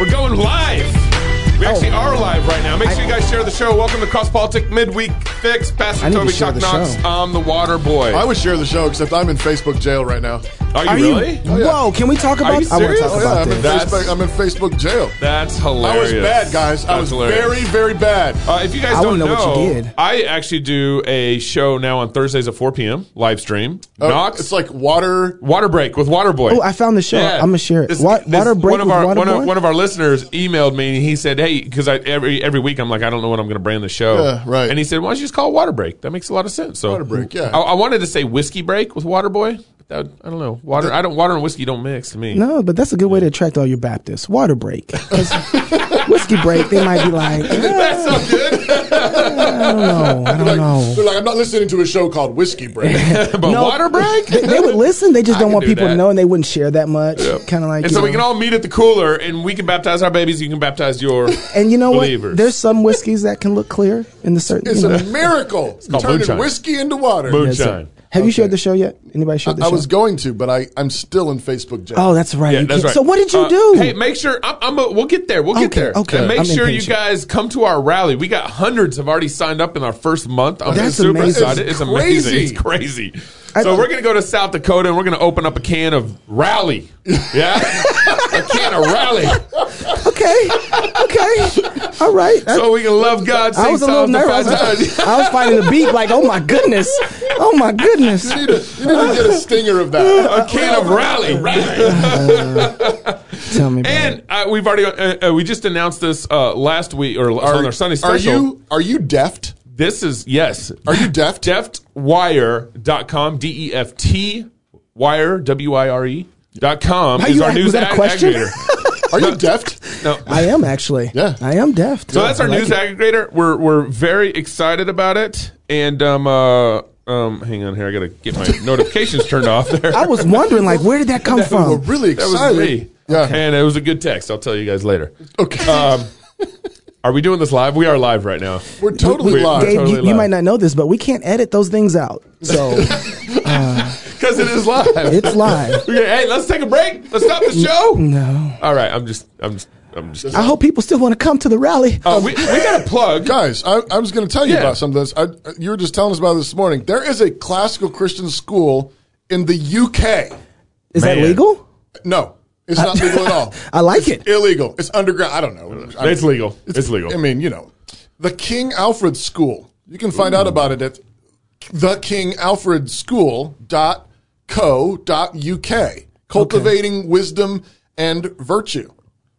we're live. We actually Oh. are live right now. Make sure you guys share the show. Welcome to Cross Politic Midweek Fix. Pastor I need to Toby share Chuck the Knox. show. I'm the water boy. I would share the show, except I'm in Facebook jail right now. Are you Are really? Oh, you? Whoa! Can we talk about? you I want serious? to talk Oh, Oh, about yeah, I'm in, this. That's- Facebook, I'm in Facebook jail. That's I hilarious. was bad, guys. I That's was hilarious. very, very bad. Uh, if you guys I don't wanna know, know what you did. I actually do a show now on Thursdays at 4 p.m. live stream. Uh, Knox, It's like water. Water Break with Waterboy. Oh, I found the show. I'm gonna share it. This- Wa- this- Water Break one of with our one of, Waterboy? one of our listeners emailed me and he said, "Hey, because I every every week I'm like, I don't know what I'm going to brand the show. Yeah, right. And he said, "Why don't you just call it Water Break? That makes a lot of sense." So Water Break, yeah. I, I wanted to say Whiskey Break with Waterboy, but that, I don't know. Water, I don't water and whiskey don't mix to me. No, but that's a good way to attract all your Baptists. Water break, 'Cause whiskey break. They might be like, "Eh, That's not good. I don't know, I don't know. They're like, I'm not listening to a show called Whiskey Break. but No. Water Break. They, they would listen. They just I don't can want do people that. to know, and they wouldn't share that much. Kind of like, and you so we know. can all meet at the cooler, and we can baptize our babies. You can baptize your And you know believers. what? There's some whiskeys that can look clear in the certain. It's You know. a miracle. called Turning moonshine. whiskey into water. Moonshine. So- shine. Have you shared the show yet? Anybody shared the I show? was going to, but I, I'm still in Facebook jail. oh, that's right. Yeah, you that's can't- right. So what did you Uh, do? Hey, make sure I'm, I'm a, we'll get there. We'll get Okay, there. okay. And make I'm sure you impatient. guys come to our rally. We got hundreds have already signed up in our first month. I'm That's super amazing. excited. It's It's amazing. crazy. It's crazy. I- So we're gonna go to South Dakota and we're gonna open up a can of rally. Yeah, a can of rally. okay, okay, all right. So we can love God. Sing I was a little songs, nervous. I was, defy times. I was fighting the beat, like, oh my goodness, oh my goodness. You need, to, you need to get a stinger of that. a can of rally. Tell me, about it. And uh, we've already uh, uh, we just announced this uh, last week or, or on our Sunday special. Are you are you deft? This is yes. Are you deft? deftwire.com, D E F T wire, W I R E. Dot com How is you our act- news was that a ag- question? aggregator. Are you deft? No. I am actually. Yeah. I am deaf. So that's our news It. aggregator. We're we're very excited about it. And um uh um hang on here, I gotta get my notifications turned off there. I was wondering, like, where did that come We're from? Oh, really that excited. was me. Yeah. And it was a good text. I'll tell you guys later. Okay. Um Are we doing this live? We are live right now. We're totally we- live. Dave, Gabe, totally you, you live. might not know this, but we can't edit those things out. So Because it is live. it's live. Okay, hey, let's take a break. Let's stop the show. No. All right, I'm just, I'm just, I'm just. I hope people still want to come to the rally. Uh, we, we got a plug. Guys, I, I was going to tell you Yeah. about some of this. I, you were just telling us about this morning. There is a classical Christian school in the UK. Is that man. legal? No, it's not legal at all. I like it. Illegal. It's underground. I don't know. I- It's legal. It's legal. I mean, you know, the King Alfred School. You can find out about it at thekingalfredschool.co.uk. Cultivating wisdom and virtue.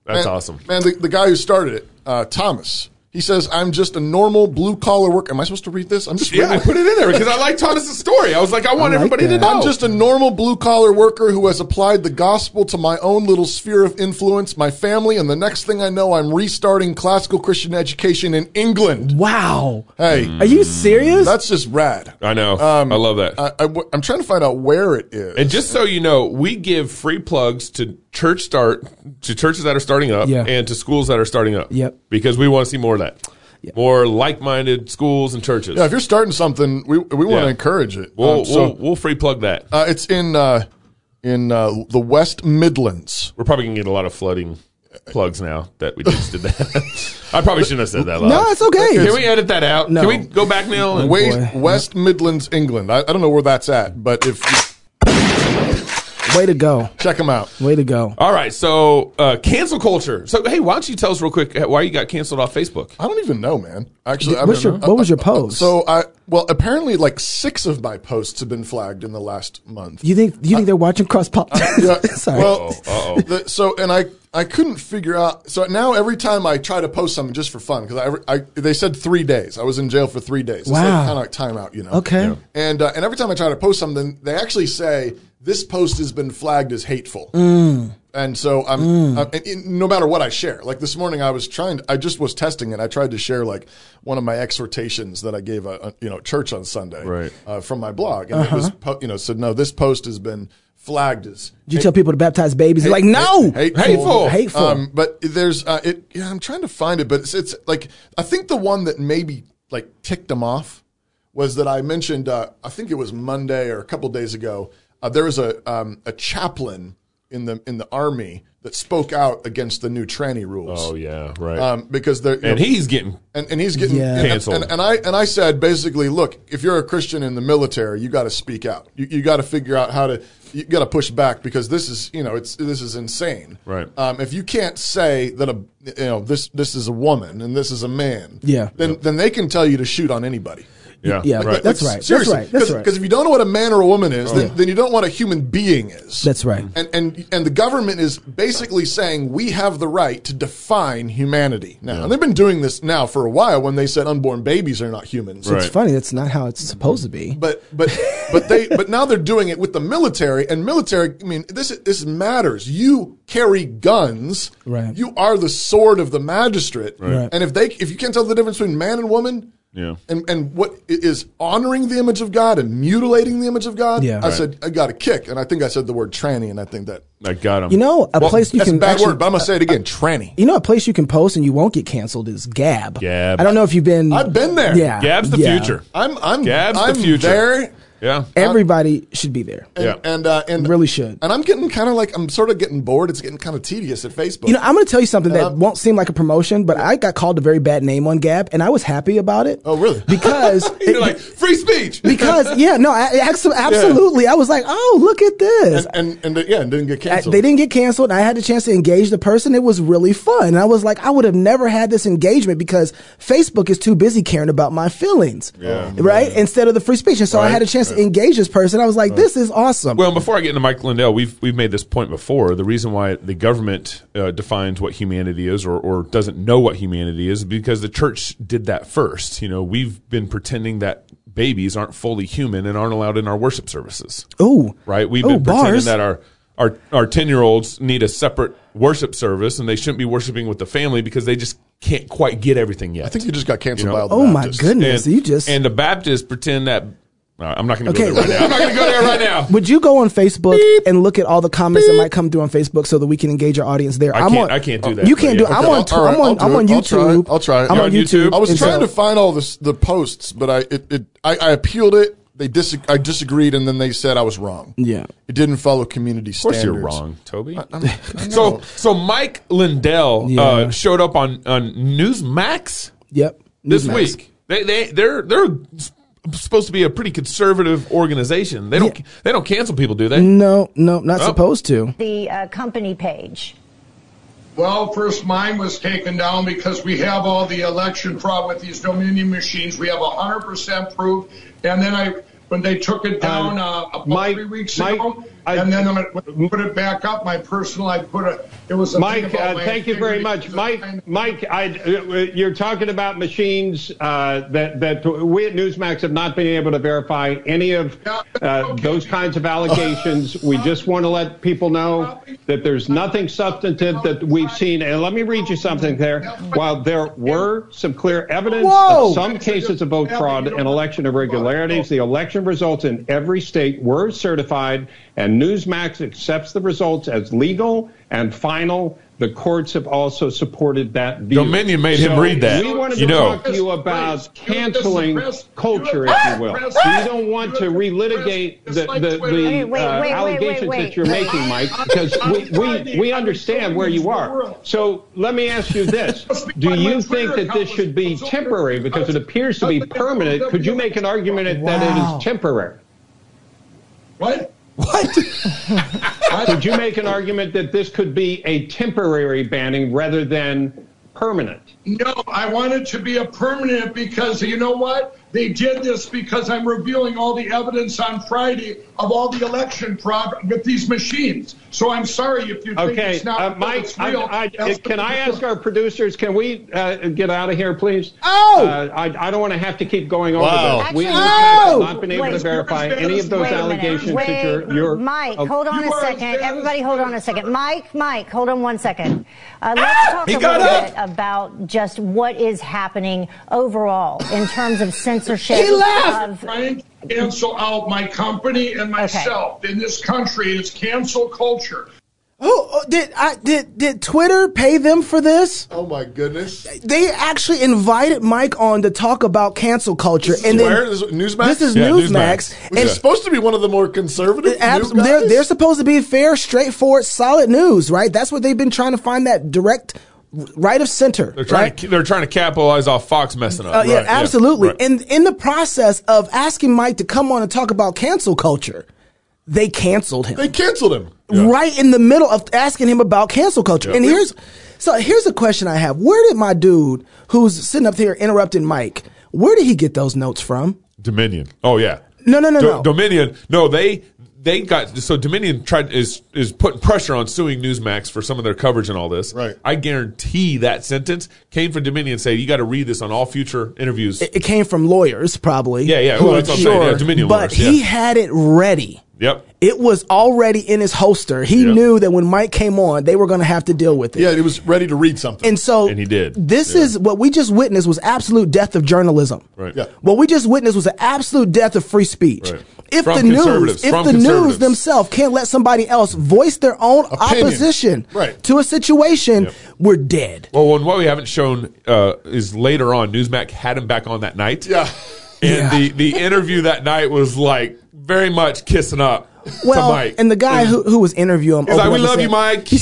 That's Man- awesome. Man, the, the guy who started it, uh, Thomas, he says, I'm just a normal blue collar worker. Am I supposed to read this? I'm just Yeah, I reading put it in there because I like Thomas's story. I was like, I want like everybody to that. know. I'm just a normal blue collar worker who has applied the gospel to my own little sphere of influence, my family, and the next thing I know, I'm restarting classical Christian education in England. Wow. Hey, Are you serious? Uh, that's just rad. Hmm. Um, I know. I love that. I, I, am trying to find out where it is. and just so you know, we give free plugs to church start to churches that are starting up Yeah. and to schools that are starting up. Yep. Because we want to see more of that, more like-minded schools and churches. yeah, if you're starting something, we, we want Yeah. to encourage it. we'll, Um, so we'll we'll free plug that. uh, it's in uh, in uh, the West Midlands. We're probably gonna get a lot of flooding plugs now that we just did that. I probably shouldn't have said that. Loud. no, it's okay. Can we edit that out? Can No. we go back now? And Wait, boy. West Midlands, England. I, I don't know where that's at, but if you Way to go. check them out. Way to go. All right, so uh, cancel culture. So hey, why don't you tell us real quick uh, why you got canceled off Facebook? I don't even know, man. Actually, I What's your, don't know. what was your pose? So I well apparently like six of my posts have been flagged in the last month. you think you think they're watching cross pop? Uh, Yeah, Sorry. Well, Uh-oh. the- so and I I couldn't figure out. So now every time I try to post something just for fun because I, I they said three days. I was in jail for three days. It's Wow. like, kind of like timeout, you know. okay. And uh, and every time I try to post something, they actually say this post has been flagged as hateful. Mm. And so I'm, I'm- and, and no matter what I share. Like this morning, I was trying. I just was testing it. I tried to share like one of my exhortations that I gave a, you know church on Sunday, Right. Uh, from my blog, and it was po- you know said no, this post has been flagged as Did Uh-huh. you tell people to baptize babies? They're like, no. Hate- Hateful. Hateful. Um, but there's uh, it. Yeah, I'm trying to find it, but it's, it's like I think the one that maybe like ticked them off was that I mentioned. Uh, I think it was Monday or a couple days ago. Uh, there was a um, a chaplain in the in the army that spoke out against the new tranny rules. Oh yeah, right. Um, because they're, you know, and he's getting and, and he's getting Yeah. and- Canceled. And, and I and I said basically, look, if you're a Christian in the military, you got to speak out. You, you got to figure out how to. You got to push back because this is you know it's this is insane. Right. Um, if you can't say that a you know this this is a woman and this is a man. Yeah. Then then they can tell you to shoot on anybody. yeah, yeah, right. That's right. That's right. That's Because right. if you don't know what a man or a woman is, Oh. then, then you don't know what a human being is. That's right. And and and the government is basically saying we have the right to define humanity now. And they've been doing this now for a while. When they said unborn babies are not humans, Right. It's funny. That's not how it's supposed to be. but but but they but now they're doing it with the military and military. I mean, this this matters. You carry guns. Right. You are the sword of the magistrate. Right. And if they if you can't tell the difference between man and woman. Yeah. And and what i- is honoring the image of God and mutilating the image of God? Yeah. I Right. said I got a kick, and I think I said the word tranny, and I think that I got him. You know, a well, place you that's can a bad actually, word, but I'm gonna say it again. tranny. you know, a place you can post and you won't get canceled is Gab. Gab. I don't know if you've been. I've been there. Yeah. Gab's the yeah. future. I'm I'm Gab's the I'm future. there, Yeah, Everybody should be there. and Yeah. and, uh, and Really should. And I'm getting kind of like I'm sort of getting bored. It's getting kind of tedious at Facebook. You know, I'm going to tell you something that Uh, won't seem like a promotion, but I got called a very bad name on Gab, and I was happy about it. oh really? Because you're like free speech. because yeah, no, I, abso- absolutely. I was like, oh, look at this. and and, and yeah, and didn't get I- canceled. they didn't get canceled. And I had the chance to engage the person. It was really fun. And I was like, I would have never had this engagement because Facebook is too busy caring about my feelings. Yeah. Right? Instead of the free speech. And so I had Right, a chance to engage this person. I was like, this is awesome. Well, before I get into Mike Lindell, we've we've made this point before. The reason why the government uh, defines what humanity is, or or doesn't know what humanity is, because the church did that first. You know, we've been pretending that babies aren't fully human and aren't allowed in our worship services. Ooh. Right? We've been Ooh, Oh, bars. pretending that our our our ten year olds need a separate worship service, and they shouldn't be worshiping with the family because they just can't quite get everything yet. I think you just got You canceled know? by all the Oh my Baptists. goodness. and, you just. and the Baptists pretend that. all right, I'm not going to Okay. go there right now. I'm not going to go there right now. would you go on Facebook and look at all the comments that might come through on Facebook so that we can engage our audience there? I I'm can't- on, I can't do that, You but can't yeah. do it. I'm Okay, on. all right, I'm on. I'll I'm do on it. I'll try it. YouTube. I'll try it. I'm You're on on YouTube? YouTube. I was And trying so- to find all this, the posts, but I it, it I, I appealed it. They dis- I disagreed, and then they said I was wrong. Yeah. it didn't follow community Of course, standards. you're wrong, Toby. I So, so Mike Lindell Yeah. uh, showed up on on Newsmax Yep. this Newsmax. week. They they they're they're s- supposed to be a pretty conservative organization. They don't they don't cancel people, do they? No, no, not Oh. supposed to. the uh, company page. Well, first mine was taken down because we have all the election fraud with these Dominion machines. We have 100% proof. And then I, when they took it down Um, uh, about Mike- three weeks Mike, ago, I- and then I put it back up, my personal, I put a, it was a thing Mike, about uh, my thank you very much. integrity. Mike, Mike, I, uh, you're talking about machines uh, that that we at Newsmax have not been able to verify any of uh, those kinds of allegations. We just want to let people know that there's nothing substantive that we've seen. And let me read you something there. While there were some clear evidence Whoa! of some cases of vote fraud and election irregularities, the election results in every state were certified, and Newsmax accepts the results as legal and final. The courts have also supported that view. Dominion made him read that. We wanted You to know. talk to you about You're canceling disrespect- culture, if you're you will. We disrespect- don't want to you're relitigate disrespect- the, just like the, Twitter. the Wait, wait, uh, wait, wait, allegations wait, that you're wait. making, Mike, because we, we, we understand where you are. So let me ask you this. Do you think that this should be temporary because it appears to be permanent? Could you make an argument that it Wow. is temporary? What? What? Could you make an argument that this could be a temporary banning rather than permanent? No, I want it to be a permanent because you know what? They did this because I'm reviewing all the evidence on Friday of all the election fraud with these machines. So I'm sorry if you think Okay, it's not uh, if Mike, it's I, real. I, That's- can I ask our producers, can we uh, get out of here, please? Oh! Uh, I, I don't want to have to keep going over Wow. this. We Actually- have Oh! not been able to Wait. verify any of those Wait a allegations minute. Wait, that you're. you're Mike, uh, hold on You a are second. a Everybody, hold on a second. Mike, Mike, hold on one second. Uh, Ah! let's talk a He little got up. bit about just what is happening overall in terms of censorship. He left. Of, trying to cancel out my company and myself in this country. It's cancel culture. Oh, oh, did I did did Twitter pay them for this? Oh my goodness! They actually invited Mike on to talk about cancel culture, and then Where? This is Newsmax? This is Yeah, Newsmax, Newsmax. Which and is supposed to be one of the more conservative. Abs- new they're guys? they're supposed to be fair, straightforward, solid news, right? That's what they've been trying to find that direct r- right of center. They're trying right? to they're trying to capitalize off Fox messing up. Uh, yeah, Right, absolutely. right. And in the process of asking Mike to come on and talk about cancel culture, they canceled him they canceled him. right in the middle of asking him about cancel culture. And here's so here's a question I have: Where did my dude, who's sitting up here interrupting Mike, where did he get those notes from? Dominion. Oh yeah. No, no, no, Do- no. Dominion. No, they they got so Dominion tried is is putting pressure on suing Newsmax for some of their coverage and all this. Right. I guarantee that sentence came from Dominion saying you got to read this on all future interviews. It came from lawyers, probably. Yeah, yeah, who well, are that's what I'm saying. Yeah, Dominion but lawyers, yeah. he had it ready. yep. It was already in his holster. He Yeah. knew that when Mike came on, they were going to have to deal with it. Yeah, he was ready to read something. And so And he did. This Yeah. is what we just witnessed was absolute death of journalism. Right. Yeah. What we just witnessed was an absolute death of free speech. Right. If From the news, conservatives, if from the news conservatives. themselves can't let somebody else voice their own Opinion. opposition Right. to a situation, Yep. we're dead. Well, and what we haven't shown uh, is later on, Newsmax had him back on that night. yeah, And the, the interview that night was like very much kissing up Well, to Mike. and the guy who, who was interviewing him, He's like, opened "We up love and you, said- Mike." He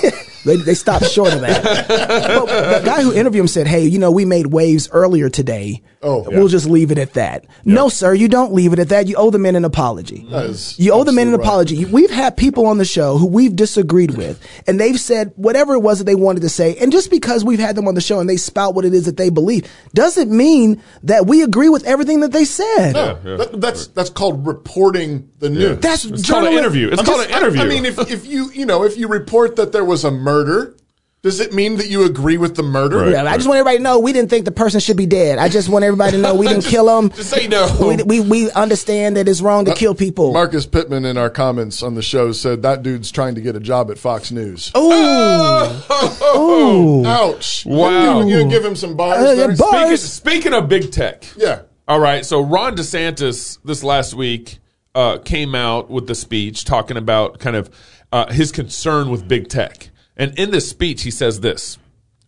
said, they, they stopped short of that. but the guy who interviewed him said, "Hey, you know, we made waves earlier today. Oh. we'll just leave it at that." No, sir, you don't leave it at that. You owe the men an apology. That is You owe the men an absolutely right. apology. We've had people on the show who we've disagreed with, and they've said whatever it was that they wanted to say. And just because we've had them on the show and they spout what it is that they believe, doesn't mean that we agree with everything that they said. That- that's that's called reporting the news. That's It's called an journali- interview. It's I'm called just- an interview. I, I mean, if, if you you know if you report that there was a murder, does it mean that you agree with the murder? Right. Yeah, I just want everybody to know we didn't think the person should be dead. I just want everybody to know we didn't Just- kill him. just so you know. Uh, we, we we understand that it's wrong to kill people. Marcus Pittman in our comments on the show said that dude's trying to get a job at Fox News. Ooh. Ah! Ooh. Ouch! Wow. You, you give him some bars. Oh. Uh, there? yeah, bar- Speaking, Bars. speaking of big tech. Yeah. All right. So Ron DeSantis this last week uh, came out with the speech talking about kind of uh, his concern with big tech. And in this speech, he says this.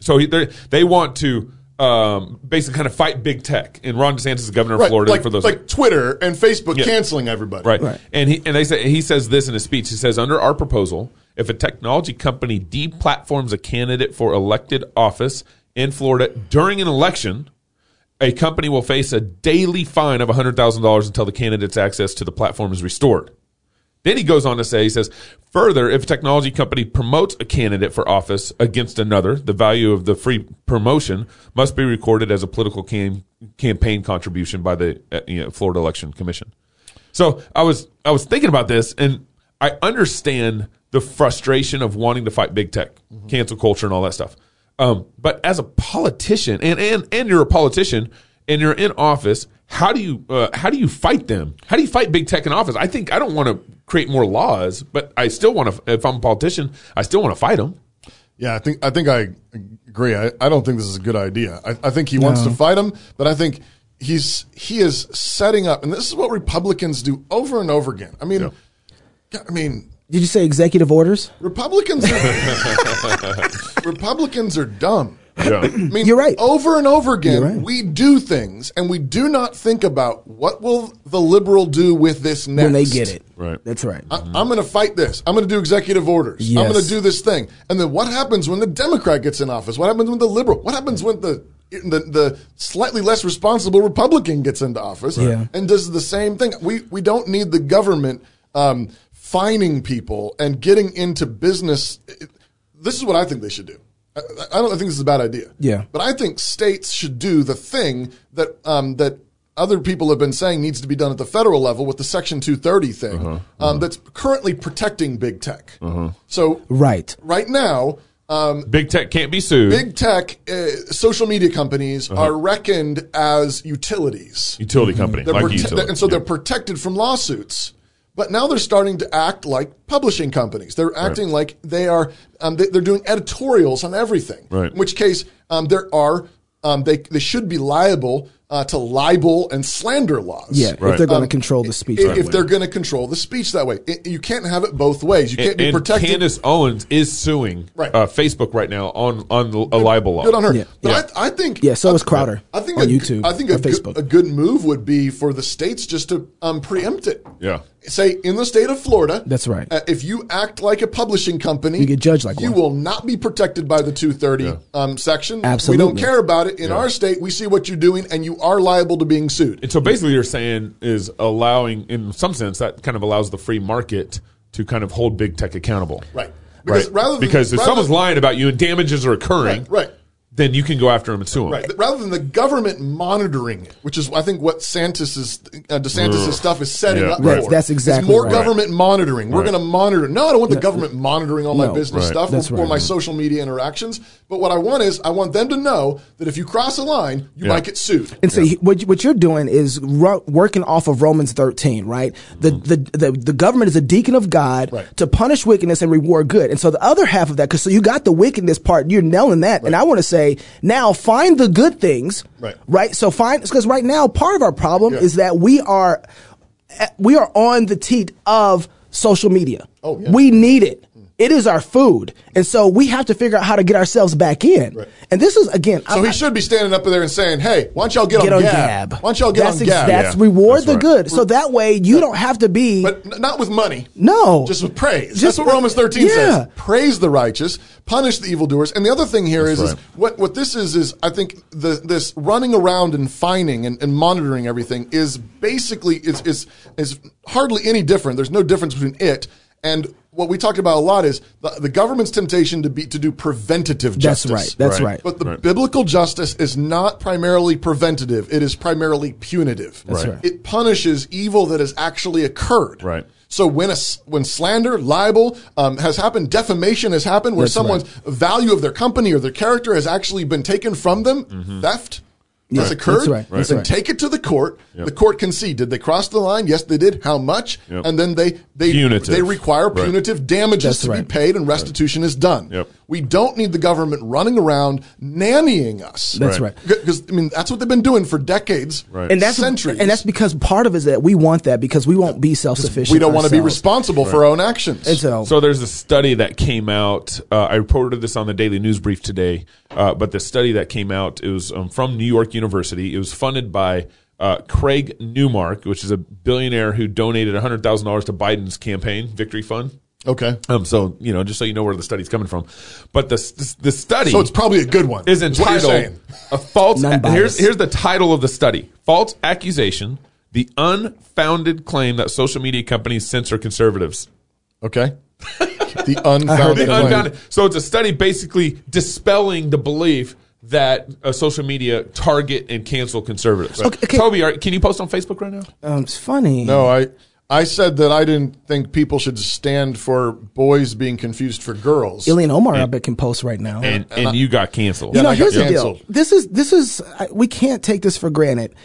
So he, they they want to um, basically kind of fight big tech. And Ron DeSantis is governor of Right, Florida like, for those like Twitter and Facebook Yeah. canceling everybody. Right. And he and they say he says this in his speech. He says, under our proposal, if a technology company deplatforms a candidate for elected office in Florida during an election, a company will face a daily fine of hundred thousand dollars until the candidate's access to the platform is restored. Then he goes on to say, he says, further, if a technology company promotes a candidate for office against another, the value of the free promotion must be recorded as a political cam- campaign contribution by the uh, you know, Florida Election Commission. So I was I was thinking about this, and I understand the frustration of wanting to fight big tech, cancel culture, and all that stuff. Um, but as a politician, and and and you're a politician, and you're in office. How do you uh, how do you fight them? How do you fight big tech in office? I think I don't want to create more laws, but I still want to. If I'm a politician, I still want to fight them. Yeah, I think I think I agree. I, I don't think this is a good idea. I, I think he wants to fight him, but I think he's he is setting up, and this is what Republicans do over and over again. I mean, God, I mean, Did you say executive orders? Republicans are Republicans are dumb. I mean, You're right. Over and over again, You're right. we do things and we do not think about what will the liberal do with this next When they get it. Right. Uh, That's right. I, I'm going to fight this. I'm going to do executive orders. I'm Yes. going to do this thing. And then what happens when the Democrat gets in office? What happens when the liberal? What happens when the the, the slightly less responsible Republican gets into office Yeah. and does the same thing? We we don't need the government um, fining people and getting into business. This is what I think they should do. I, I don't think this is a bad idea. Yeah. but I think states should do the thing that um, that other people have been saying needs to be done at the federal level with the Section 230 thing Um, that's currently protecting big tech. So right. right now, um, Big tech can't be sued. big tech, uh, social media companies are reckoned as utilities. utility company, They're like prote- utility. and so they're Yeah. protected from lawsuits. But now they're starting to act like publishing companies. They're acting like they are. Um, they, they're doing editorials on everything. Right. In which case, um, there are um, they they should be liable uh, to libel and slander laws. Yeah, Right. if they're going to Um, control the speech. If, that if way. they're going to control the speech that way, I- you can't have it both ways. You can't And, be and protected. Candace Owens is suing Right. uh, Facebook right now on on a libel law. Good on her. Yeah. But Yeah. I, I think Yeah, so I- is Crowder I think on a, YouTube, I think on a, good- Facebook. a good move would be for the states just to um, preempt it. Yeah. Say in the state of Florida. That's right. uh, if you act like a publishing company, You get judged like you one. will not be protected by the 230 um, section. We don't Absolutely. care about it in our state. We see what you're doing, and you are liable to being sued. And so basically, you're saying is allowing, in some sense, that kind of allows the free market to kind of hold big tech accountable. Right. Because right. rather than- because if rather someone's than- lying about you and damages are occurring, Right, right. then you can go after them and sue them. Right. Rather than the government monitoring it, which is I think what Santis is, uh, DeSantis' stuff is setting Mm. Yeah. up That's- for. that's It's exactly more right. government monitoring. We're Right. going to monitor. No, I don't want the government monitoring all my No. business Right. stuff That's or, or right. my social media interactions. But what I want is I want them to know that if you cross a line, you Yeah. might get sued. And so, he- what, you- what you're doing is ru- working off of Romans 13, right? The, the, the, the government is a deacon of God Mm-hmm. Right. to punish wickedness and reward good. And so, the other half of that, because so you got the wickedness part, you're nailing that. And I want to say, now find the good things, Right. right? So, find, because right now, part of our problem Yeah. is that we are, eh, we are on the teat of social media. Oh, yeah. We need it. It is our food. And so, we have to figure out how to get ourselves back in. Right. And this is, again, So I'm- he should be standing up there and saying, "Hey, why don't y'all get, get on, on Gab? Gab. Why don't y'all get that's on ex- Gab?" That's Yeah, reward that's the right. good. So that way you don't have to be. But n- not with money. No. Just with praise. Just That's what with- Romans 13 Yeah. says. Praise the righteous, punish the evildoers. And the other thing here is, That's is right. what, what this is, is I think the, this running around and fining and, and monitoring everything is basically, is, is, is hardly any different. There's no difference between it and what we talked about a lot is the, the government's temptation to be to do preventative That's justice. right. That's Right. right. But the Right. biblical justice is not primarily preventative, it is primarily punitive. That's Right. right. It punishes evil that has actually occurred. Right. So when a, s- when slander, libel um, has happened, defamation has happened, where someone's value of their company or their character has actually been taken from them, Mm-hmm. theft has Right. occurred, That's right. That's then right. take it to the court. Yep. The court can see did they cross the line? Yes, they did. How much? Yep. And then they they Punitive. they require Right. punitive damages That's to be right. paid, and restitution is done. Yep. We don't need the government running around nannying us. That's Right. Because I mean, that's what they've been doing for decades, Right. and that's centuries, and that's because part of it is that we want that because we won't be self sufficient. we don't want to be responsible for our own actions. So, So there's a study that came out. Uh, I reported this on the Daily News Brief today, uh, but the study that came out it was um, from New York University. It was funded by uh, Craig Newmark, which is a billionaire who donated hundred thousand dollars to Biden's campaign victory fund. okay, Um, so you know, just so you know where the study's coming from, but the s- the study so it's probably a good one. is That's what you're entitled saying. a false. Non-biased. here's here's the title of the study: false accusation, the unfounded claim that social media companies censor conservatives. Okay, the unfounded. The claim. unfounded- So it's a study basically dispelling the belief that uh, social media target and cancel conservatives. Okay, okay. Toby, are, can you post on Facebook right now? um, it's funny. No, I I said that I didn't think people should stand for boys being confused for girls. Ilian Omar, I bet, can post right now. And and you got canceled. you know, I got here's the canceled. deal. This is this is I- we can't take this for granted.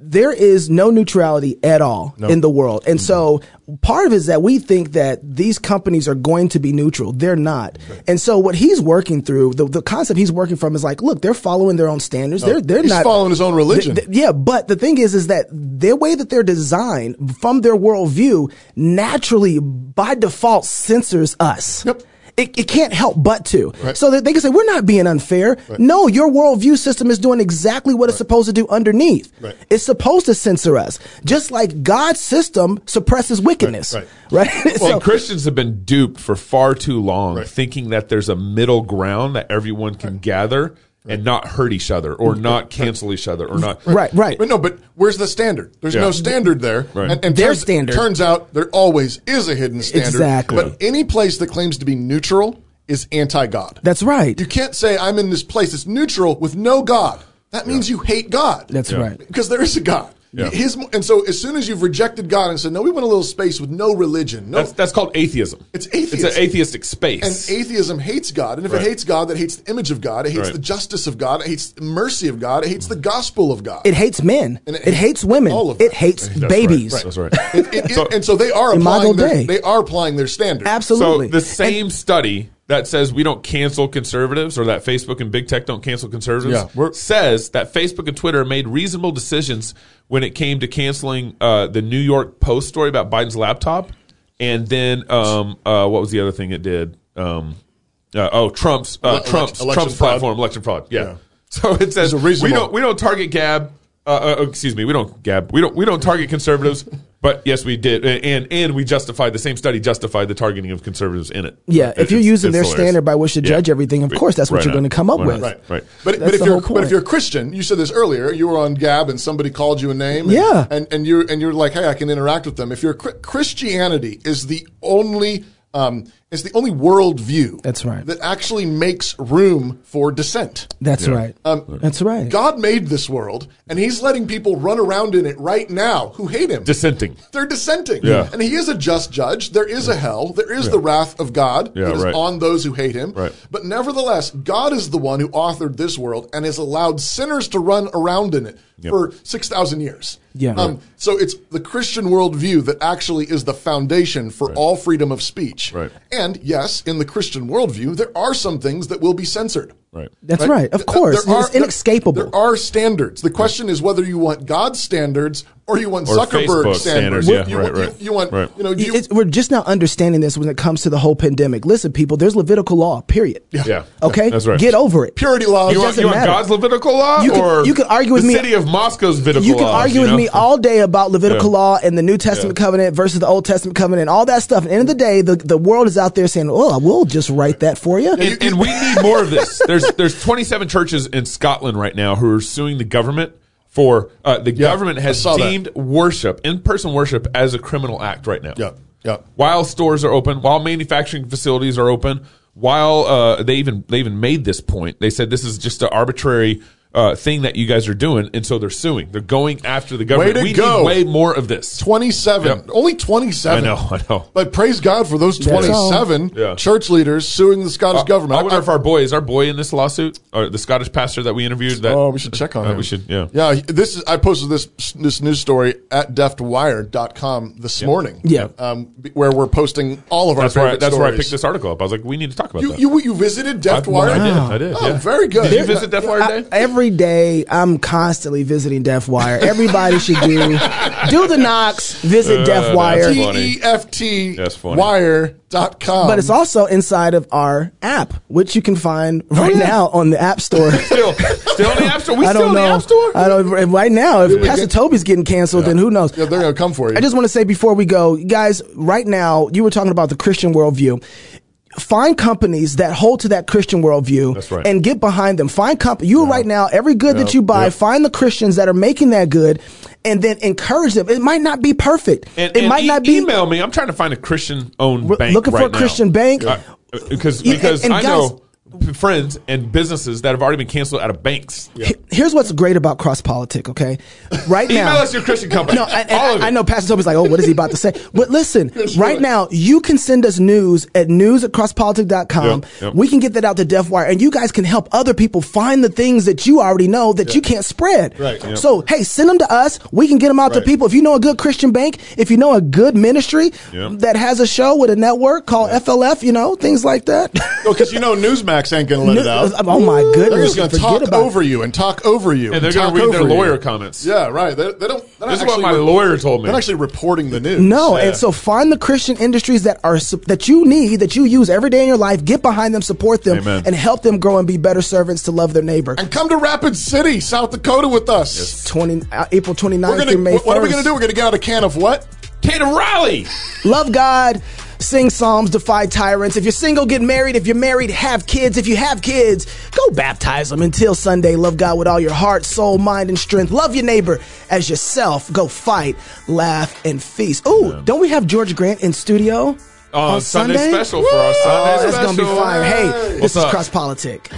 There is no neutrality at all in the world, Mm-hmm. and so part of it is that we think that these companies are going to be neutral. They're not, and so what he's working through, the, the concept he's working from is like, look, they're following their own standards. They're they're He's not following his own religion. Th- th- yeah, but the thing is, is that the way that they're designed from their worldview naturally, by default, censors us. Yep. It, it can't help but to. Right. So that they can say, we're not being unfair. No, your worldview system is doing exactly what it's supposed to do underneath. Right. It's supposed to censor us, just like God's system suppresses wickedness. Right. Right? Well, so, Christians have been duped for far too long, thinking that there's a middle ground that everyone can gather and not hurt each other, or not cancel each other, or not. right, right. But no, but where's the standard? There's Yeah. no standard there. Right. And, and Their turns, standard. Turns out there always is a hidden standard. Exactly. But any place that claims to be neutral is anti-God. That's right. you can't say I'm in this place that's neutral with no God. That means you hate God. That's Yeah. right. because there is a God. Yeah. His and so as soon as you've rejected God and said no, we want a little space with no religion, no That's that's called atheism. It's atheism. It's an atheistic space. And atheism hates God. And if Right. it hates God, that hates the image of God. It hates Right. the justice of God. It hates the mercy of God. It hates the gospel of God. It hates men. And It, it hates, women. all of it that. hates That's right. babies. That's right. It- it- it- and so they are Imago applying their, Dei. they are applying their standard. Absolutely. So the same study that says we don't cancel conservatives or that Facebook and big tech don't cancel conservatives Yeah, we're- says that Facebook and Twitter made reasonable decisions when it came to canceling uh, the New York Post story about Biden's laptop. And then um, uh, what was the other thing it did? Um, uh, oh, Trump's uh, Ele- elec- Trump's election Trump's fraud. platform, election fraud. Yeah. Yeah. So it says a we reasonable- don't we don't target Gab. Uh, uh, excuse me, we don't Gab. We don't we don't target conservatives. but yes, we did, and and, and we justified the same study justified the targeting of conservatives in it. Yeah, if you're It's- using it's their hilarious. standard by which to judge everything, of course that's what Right you're on. gonna come up Why with. not? Right. But, That's but if the you're whole but if point. you're a Christian, you said this earlier. You were on Gab and somebody called you a name. And, Yeah. and and you're and you're like, hey, I can interact with them. If you're a Chri- Christianity is the only um, is the only worldview. That's right. That actually makes room for dissent. That's right. that's right. Um, God made this world, and He's letting people run around in it right now who hate Him. dissenting. They're dissenting. Yeah. And he is a just judge. There is a hell. There is the wrath of God Yeah, that is right. on those who hate him. Right. But nevertheless, God is the one who authored this world and has allowed sinners to run around in it for 6,000 years. Yeah. Right. Um, so it's the Christian worldview that actually is the foundation for all freedom of speech. Right. And yes, in the Christian worldview, there are some things that will be censored. Right. That's right. Of Th- course. there it's are- there- inescapable. There, are standards. The question is whether you want God's standards or you want Or Zuckerberg Facebook standards. standards, yeah, you, right, you- right. you want, Right. you know, you, It's- we're just now understanding this when it comes to the whole pandemic. Listen, people, there's Levitical law, period. Yeah. Okay? That's right. Get over it. purity laws. You want, doesn't you want matter. God's Levitical law, You can- or you can argue with the me- city of Moscow's Levitical You can laws, argue with know? me all day about Levitical Yeah. law and the New Testament Yeah. covenant versus the Old Testament covenant and all that stuff. And at the end of the day, the, the world is out there saying, oh, I will just write that for you. and, and we need more of this. There's there's 27 churches in Scotland right now who are suing the government for uh, the government has saw that. deemed worship in person worship as a criminal act right now. Yeah, yeah. While stores are open, while manufacturing facilities are open, while uh, they even they even made this point, they said this is just an arbitrary. Uh, thing that you guys are doing, and so they're suing. They're going after the government. to we go. need way more of this. 27. Yep. Only 27. I know, I know. But praise God for those all. 27 Yeah. church leaders suing the Scottish government. I wonder if our boy is our boy in this lawsuit, or the Scottish pastor that we interviewed. That Oh, we should check on Uh, him. We should, yeah. Yeah, he- this is I posted this this news story at deftwire.com this morning. Yeah. Um, b- where we're posting all of That's our where I, favorite that's where I stories. picked this article up. I was like, we need to talk about You, that. you you visited I, Deftwire? I did. I did. Oh, yeah. very good. Did you visit Death Wire I- Day? every day, I'm constantly visiting Deaf Wire. Everybody should do do the Knox, visit Uh, Deaf that's Wire. funny. T-E-F-T That's funny. wire.com. But it's also inside of our app, which you can find right now on the App Store. Still, still in the App Store. Oh, We I still don't in the know. App Store. I don't. Right now, if Pastor Toby's getting canceled, then who knows? Yeah, they're going to come for you. I just want to say before we go, you guys, right now, you were talking about the Christian worldview. Find companies that hold to that Christian worldview That's right. and get behind them. Find company you right now, every good that you buy, Yep. find the Christians that are making that good and then encourage them. It might not be perfect. And, it and might e- not be Email me. I'm trying to find a Christian-owned We're bank. looking for right a now. Christian bank. Uh, because Yeah, because and- and I know p- friends and businesses that have already been canceled out of banks. He- Here's what's great about cross politic, okay? Right Email now, us your Christian company. No, and, and All of it. I know Pastor Toby's like, oh, what is he about to say? But listen, right now, you can send us news at news at crosspolitic.com. Yep, yep. We can get that out to DeafWire, and you guys can help other people find the things that you already know that you can't spread. Right, yep. So, hey, send them to us. We can get them out to Right. people. If you know a good Christian bank, if you know a good ministry Yep. that has a show with a network called FLF, you know, things like that. because you know Newsmax ain't going to let it out. oh, my goodness. They're just going to Forget talk about it. over you and talk over you. and they're going to read their lawyer comments. Yeah, right. They, they don't. They're not This is what actually my re- lawyer told me. They're not actually reporting the news. No, and so find the Christian industries that are sup- that you need, that you use every day in your life. Get behind them, support them, Amen. and help them grow and be better servants to love their neighbor. And come to Rapid City, South Dakota, with us. Twenty uh, April 29th We're through May gonna. 1st. What, are we gonna do? We're gonna get out a can of what? Kate Raleigh. Love God, sing psalms, defy tyrants. If you're single, get married. If you're married, have kids. If you have kids, go baptize them. Until Sunday, love God with all your heart, soul, mind, and strength. Love your neighbor as yourself. Go fight, laugh, and feast. Ooh, don't we have George Grant in studio? on Oh, Sunday special for our Sunday Oh, it's gonna be special. fire. Hey, What's this is up? Cross Politic.